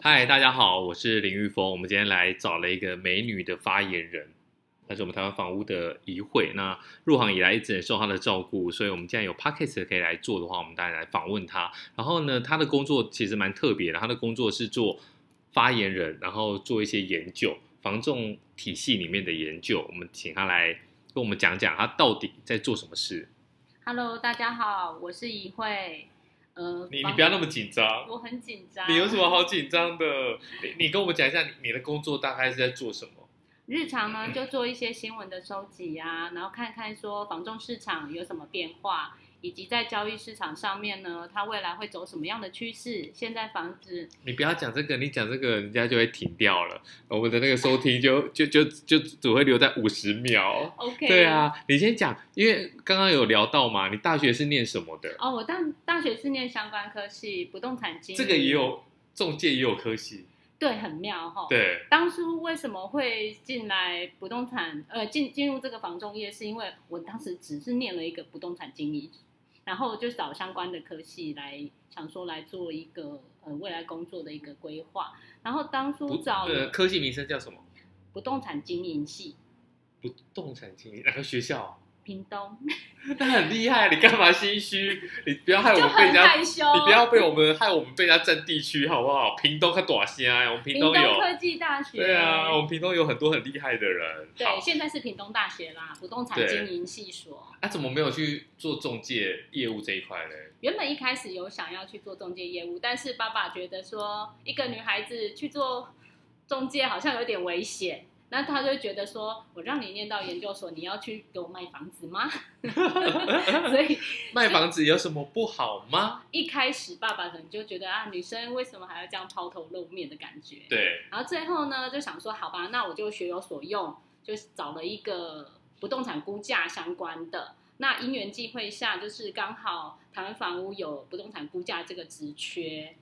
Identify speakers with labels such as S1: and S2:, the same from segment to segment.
S1: 嗨，大家好，我是林玉峰。我们今天来找了一个美女的发言人，她是我们台湾房屋的怡慧。那入行以来一直很受她的照顾，所以我们既然有 podcast 可以来做的话，我们当然来访问她。然后呢，她的工作其实蛮特别的，她的工作是做发言人，然后做一些研究，房仲体系里面的研究。我们请她来跟我们讲讲她到底在做什么事。
S2: Hello，大家好，我是怡慧。呃，
S1: 你
S2: 房
S1: 你不要那么紧张，
S2: 我很紧张。
S1: 你有什么好紧张的？你你跟我们讲一下你你的工作大概是在做什么？
S2: 日常呢，就做一些新闻的收集啊，然后看看说房仲市场有什么变化，以及在交易市场上面呢，它未来会走什么样的趋势。现在房子
S1: 你不要讲这个，你讲这个人家就会停掉了，我们的那个收听就就就就只会留在五十秒。
S2: OK，
S1: 对。啊，你先讲，因为刚刚有聊到嘛，你大学是念什么的？
S2: 哦，我大大学是念相关科系，不动产经理，
S1: 这个也有中介也有科系，
S2: 对，很妙哈。。
S1: 对，
S2: 当初为什么会进来不动产，呃，进进入这个房仲业，是因为我当时只是念了一个不动产经理，然后就找相关的科系来想说来做一个呃未来工作的一个规划。然后当初找
S1: 呃
S2: 了
S1: 科系名称叫什么？
S2: 不动产经营系，
S1: 不动产经理哪个学校啊、
S2: 屏东，
S1: 那很厉害，你干嘛心虚？你不要害哎我
S2: 就
S1: 们被
S2: 很
S1: 人家，
S2: 害羞。
S1: 你不要被我们害我们被人家占地区好不好？屏东和短线啊，我们屏
S2: 屏
S1: 东
S2: 东
S1: 有，
S2: 科技大学，
S1: 对啊，我们屏东有很多很厉害的人。好
S2: 对，现在是屏东大学啦，不动产
S1: 对
S2: 经营系所。
S1: 啊，怎么没有去做中介业务这一块嘞？
S2: 原本一开始有想要去做中介业务，但是爸爸觉得说一个女孩子去做中介好像有点危险，那他就觉得说，我让你念到研究所，你要去给我卖房子吗？所以
S1: 卖房子有什么不好吗？
S2: 一开始爸爸可能就觉得啊，女生为什么还要这样抛头露面的感觉？
S1: 对，
S2: 然后最后呢，就想说，好吧，那我就学有所用，就找了一个不动产估价相关的。那因缘际会下，就是刚好台湾房屋有不动产估价这个职缺，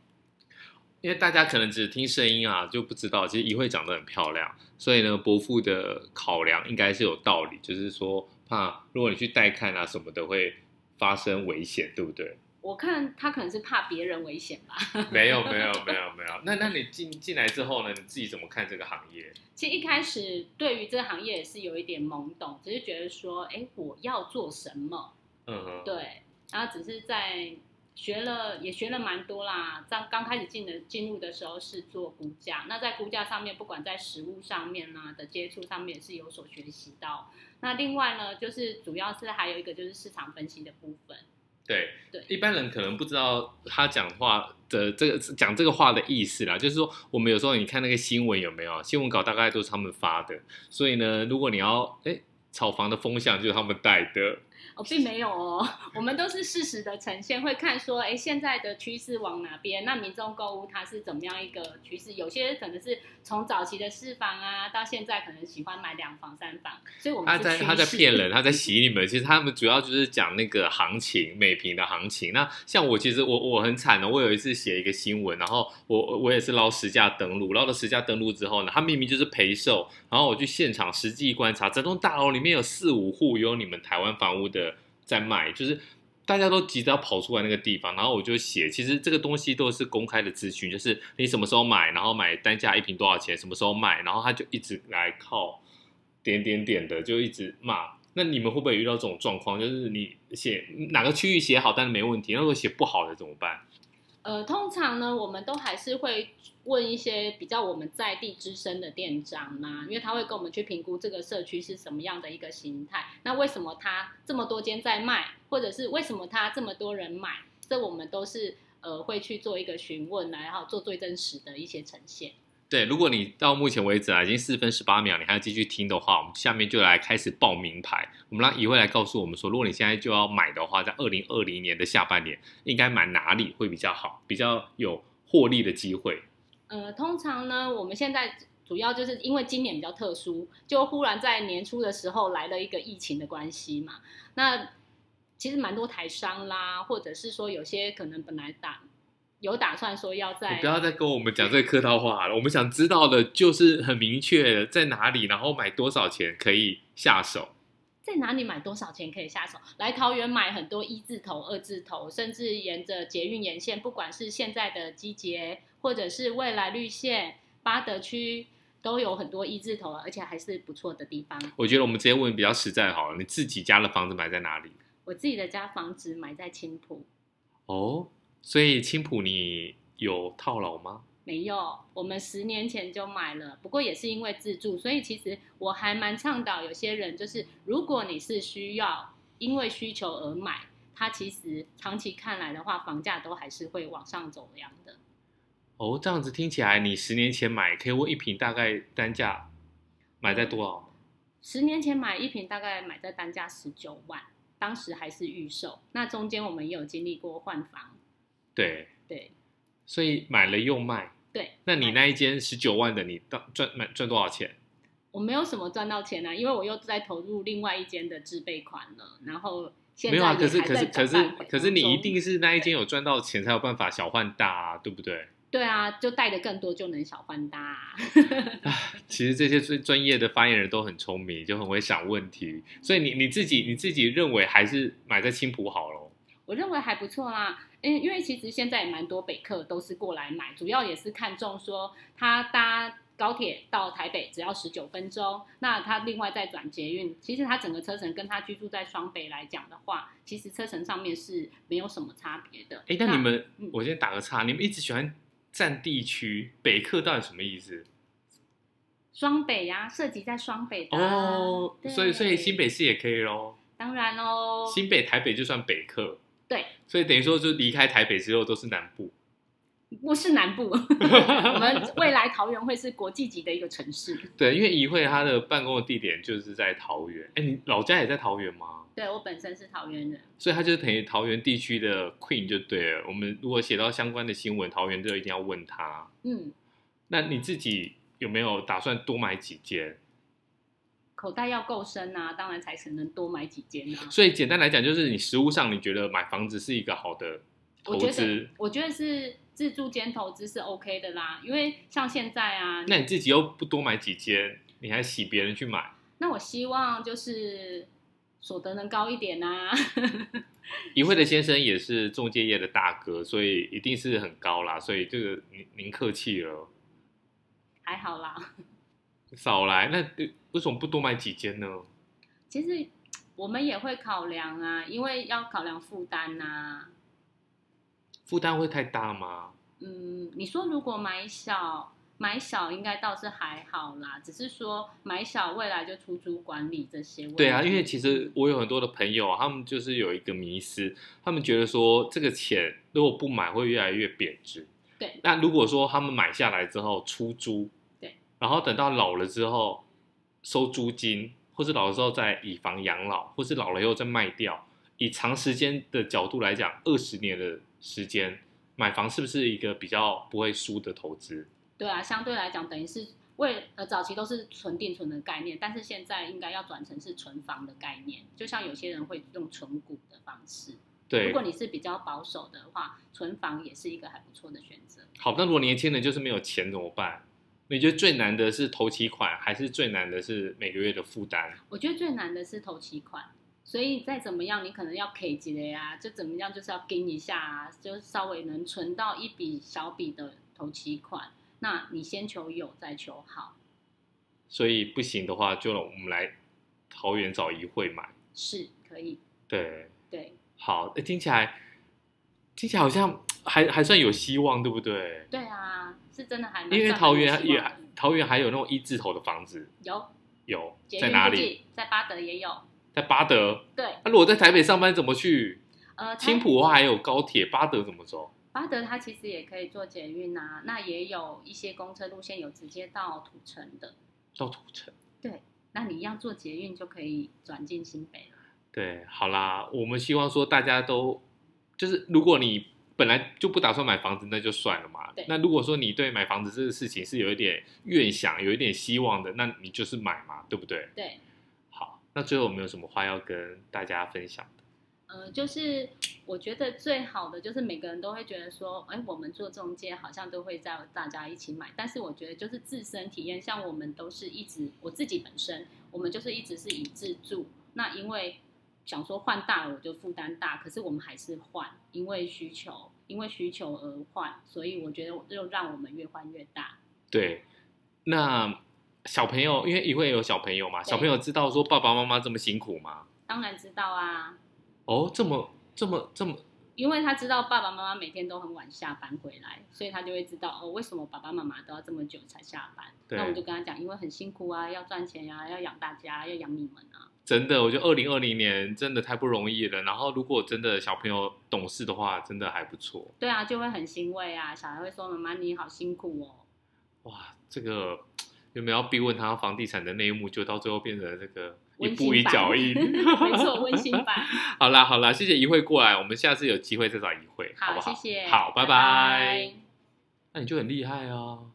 S1: 因为大家可能只听声音啊，就不知道其实怡慧长得很漂亮，所以呢，伯父的考量应该是有道理，就是说怕如果你去带看啊什么的会发生危险，对不对？
S2: 我看他可能是怕别人危险吧。
S1: 没有，没有，没有，没有。那那你进进来之后呢，你自己怎么看这个行业？
S2: 其实一开始对于这个行业也是有一点懵懂，只是觉得说，哎，我要做什么？
S1: 嗯哼，
S2: 对，然后只是在学了也学了蛮多啦。刚刚开始进的进入的时候是做估价，那在估价上面，不管在实物上面啦、的接触上面也是有所学习到。那另外呢，就是主要是还有一个就是市场分析的部分。
S1: 对，
S2: 对
S1: 一般人可能不知道他讲话的这个讲这个话的意思啦，就是说我们有时候你看那个新闻有没有，新闻稿大概都是他们发的，所以呢，如果你要哎炒房的风向就是他们带的，
S2: 哦，并没有哦，我们都是事实的呈现，会看说，哎，现在的趋势往哪边？那民众购物它是怎么样一个趋势？有些可能是从早期的四房啊，到现在可能喜欢买两房、三房，所以我们
S1: 他
S2: 是
S1: 在
S2: 趋
S1: 他在
S2: 势
S1: 骗人，他在洗你们。其实他们主要就是讲那个行情，每平的行情。那像我其实我我很惨的，哦我有一次写一个新闻，然后我我也是捞实价登录，捞到实价登录之后呢，他明明就是陪售，然后我去现场实际观察，整栋大楼里面有四五户有你们台湾房屋的在卖，就是。大家都急着要跑出来那个地方，然后我就写，其实这个东西都是公开的资讯，就是你什么时候买，然后买单价一瓶多少钱，什么时候卖，然后他就一直来靠点点点的，就一直骂。那你们会不会遇到这种状况？就是你写哪个区域写好，但是没问题，那如果写不好的怎么办？
S2: 呃，通常呢，我们都还是会问一些比较我们在地资深的店长啊呐、因为他会跟我们去评估这个社区是什么样的一个形态，那为什么他这么多间在卖，或者是为什么他这么多人买，这我们都是呃会去做一个询问啊，然后做最真实的一些呈现。
S1: 对，如果你到目前为止啊，已经四分十八秒，你还要继续听的话，我们下面就来开始报名牌。我们让怡慧来告诉我们说，如果你现在就要买的话，在二零二零年的下半年应该买哪里会比较好，比较有获利的机会？
S2: 呃，通常呢，我们现在主要就是因为今年比较特殊，就忽然在年初的时候来了一个疫情的关系嘛。那其实蛮多台商啦，或者是说有些可能本来打有打算说要
S1: 你
S2: 在
S1: 不要再跟我们讲这个客套话了，我们想知道的就是很明确在哪里，然后买多少钱可以下手。
S2: 在哪里买多少钱可以下手？来桃园买很多一字头、二字头，甚至沿着捷运沿线，不管是现在的基捷，或者是未来绿线、八德区，都有很多一字头，而且还是不错的地方。
S1: 我觉得我们直接问比较实在好了，你自己家的房子买在哪里？
S2: 我自己的家房子买在青浦，
S1: 哦，所以青浦你有套牢吗？
S2: 没有，我们十年前就买了，不过也是因为自住，所以其实我还蛮倡导有些人，就是如果你是需要因为需求而买，它其实长期看来的话，房价都还是会往上走样的。
S1: 哦，这样子听起来你十年前买，可以问一瓶大概单价买在多
S2: 嗯
S1: 少？
S2: 十年前买一瓶大概买在单价十九万，当时还是预售，那中间我们也有经历过换房，
S1: 对，
S2: 对，
S1: 所以买了又卖。
S2: 对，
S1: 那你
S2: 买
S1: 那一间十九万的，你到赚买赚多少钱？
S2: 我没有什么赚到钱啊，因为我又在投入另外一间的自备款了，然后现
S1: 没
S2: 在
S1: 有啊，
S2: 也
S1: 可是
S2: 还
S1: 可
S2: 在
S1: 是可
S2: 转
S1: 是
S2: 换
S1: 可是你一
S2: 中
S1: 定是那一间有赚到钱才有办法小换大啊，对不对？
S2: 对啊，就带的更多就能小换大、啊。
S1: 其实这些专专业的发言人都很聪明，就很会想问题，所以你你自己你自己认为还是买在青浦好咯。
S2: 我认为还不错啦。嗯，因为其实现在也蛮多北客都是过来买，主要也是看中说他搭高铁到台北只要十九分钟，那他另外再转捷运，其实他整个车程跟他居住在双北来讲的话，其实车程上面是没有什么差别的。
S1: 哎，那你们
S2: 嗯
S1: 我先打个岔，你们一直喜欢占地区北客到底什么意思？
S2: 双北呀、涉及在双北的啊、
S1: 哦，
S2: 对
S1: 所以所以新北市也可以咯。
S2: 当然哦，
S1: 新北台北就算北客，
S2: 对，
S1: 所以等于说就离开台北之后都是南部。
S2: 不是 南部，我们未来桃园会是国际级的一个城市。
S1: 对，因为怡慧她的办公的地点就是在桃园，哎，你老家也在桃园吗？
S2: 对我本身是桃园人，
S1: 所以她就是等于桃园地区的 Queen 就对了。我们如果写到相关的新闻，桃园就一定要问她。
S2: 嗯，
S1: 那你自己有没有打算多买几间？
S2: 口袋要够深啊，当然才可能多买几间啊。
S1: 所以简单来讲，就是你实物上你觉得买房子是一个好的投
S2: 我觉得
S1: 资，，
S2: 我觉得是自助兼投资是 OK 的啦，因为像现在啊，
S1: 那你自己又不多买几间，你还洗别人去买？
S2: 那我希望就是所得能高一点啊。
S1: 怡慧的先生也是中介业的大哥，所以一定是很高啦。所以这个您您客气了，
S2: 还好啦，
S1: 少来。那呃为什么不多买几间呢？
S2: 其实我们也会考量啊，因为要考量负担呐、啊。
S1: 负担会太大吗？
S2: 嗯，你说如果买小买小应该倒是还好啦，只是说买小未来就出租管理这些问题。
S1: 对啊，因为其实我有很多的朋友啊，他们就是有一个迷思，他们觉得说这个钱如果不买会越来越贬值。
S2: 对，
S1: 那如果说他们买下来之后出租，
S2: 对，
S1: 然后等到老了之后收租金，或是老了之后再以房养老，或是老了以后再卖掉，以长时间的角度来讲，二十年的时间买房是不是一个比较不会输的投资？
S2: 对啊，相对来讲，等于是为呃早期都是存定存的概念，但是现在应该要转成是存房的概念，就像有些人会用存股的方式。如
S1: 对
S2: 果，你是比较保守的话，存房也是一个还不错的选择。
S1: 好，那如果年轻人就是没有钱怎么办？你觉得最难的是投期款，还是最难的是每个月的负担？
S2: 我觉得最难的是投期款，所以再怎么样，你可能要 K 几的呀，就怎么样就是要跟一下啊，就稍微能存到一笔小笔的投期款，那你先求有再求好，
S1: 所以不行的话，就我们来桃园找一会买。
S2: 是可以，
S1: 对，
S2: 对。
S1: 好，诶听起来听起来好像还还算有希望，对不对？
S2: 对啊，是真的还蛮
S1: 因为
S2: 算
S1: 桃
S2: 蛮
S1: 园
S2: 有希
S1: 也
S2: 望的
S1: 桃园还有那种一字头的房子，
S2: 有
S1: 有
S2: 捷
S1: 在
S2: 运
S1: 哪
S2: 附
S1: 里？
S2: 近？在巴德也有。
S1: 在巴德。
S2: 对，
S1: 那、如果在台北上班怎么去？
S2: 呃，台
S1: 青浦的哦话还有高铁，巴德怎么走？
S2: 巴德它其实也可以坐捷运啊，那也有一些公车路线有直接到土城的，
S1: 到土城。
S2: 那你一样坐捷运就可以转进新北了。
S1: 对，好啦，我们希望说大家都，就是如果你本来就不打算买房子，那就算了嘛
S2: 对。
S1: 那如果说你对买房子这个事情是有一点愿想、有一点希望的，那你就是买嘛，对不对？
S2: 对，
S1: 好，那最后有没有什么话要跟大家分享的？
S2: 呃，就是我觉得最好的就是每个人都会觉得说，哎，我们做中介好像都会在大家一起买，但是我觉得就是自身体验，像我们都是一直我自己本身，我们就是一直是以自住那因为想说换大了我就负担大，可是我们还是换，因为需求，因为需求而换，所以我觉得就让我们越换越大。
S1: 对，那小朋友，因为一会有小朋友嘛，
S2: 对
S1: 小朋友知道说爸爸妈妈这么辛苦吗？
S2: 当然知道啊，
S1: 哦，这么这么这么，
S2: 因为他知道爸爸妈妈每天都很晚下班回来，所以他就会知道哦，为什么爸爸妈妈都要这么久才下班？
S1: 对
S2: 那我们就跟他讲，因为很辛苦啊，要赚钱呀、要养大家，要养你们啊。
S1: 真的，我觉得二零二零年真的太不容易了。然后，如果真的小朋友懂事的话，真的还不错。
S2: 对啊，就会很欣慰啊，小孩会说妈妈你好辛苦哦。
S1: 哇，这个原本要逼问他房地产的那一幕，就到最后变成这个一
S2: 温
S1: 步
S2: 馨
S1: 一
S2: 版
S1: 脚印。
S2: 没错，温馨版。
S1: 好啦好啦，谢谢一会过来，我们下次有机会再找一会，
S2: 好，
S1: 不好？
S2: 谢谢，
S1: 好，拜
S2: 拜
S1: 那你就很厉害啊。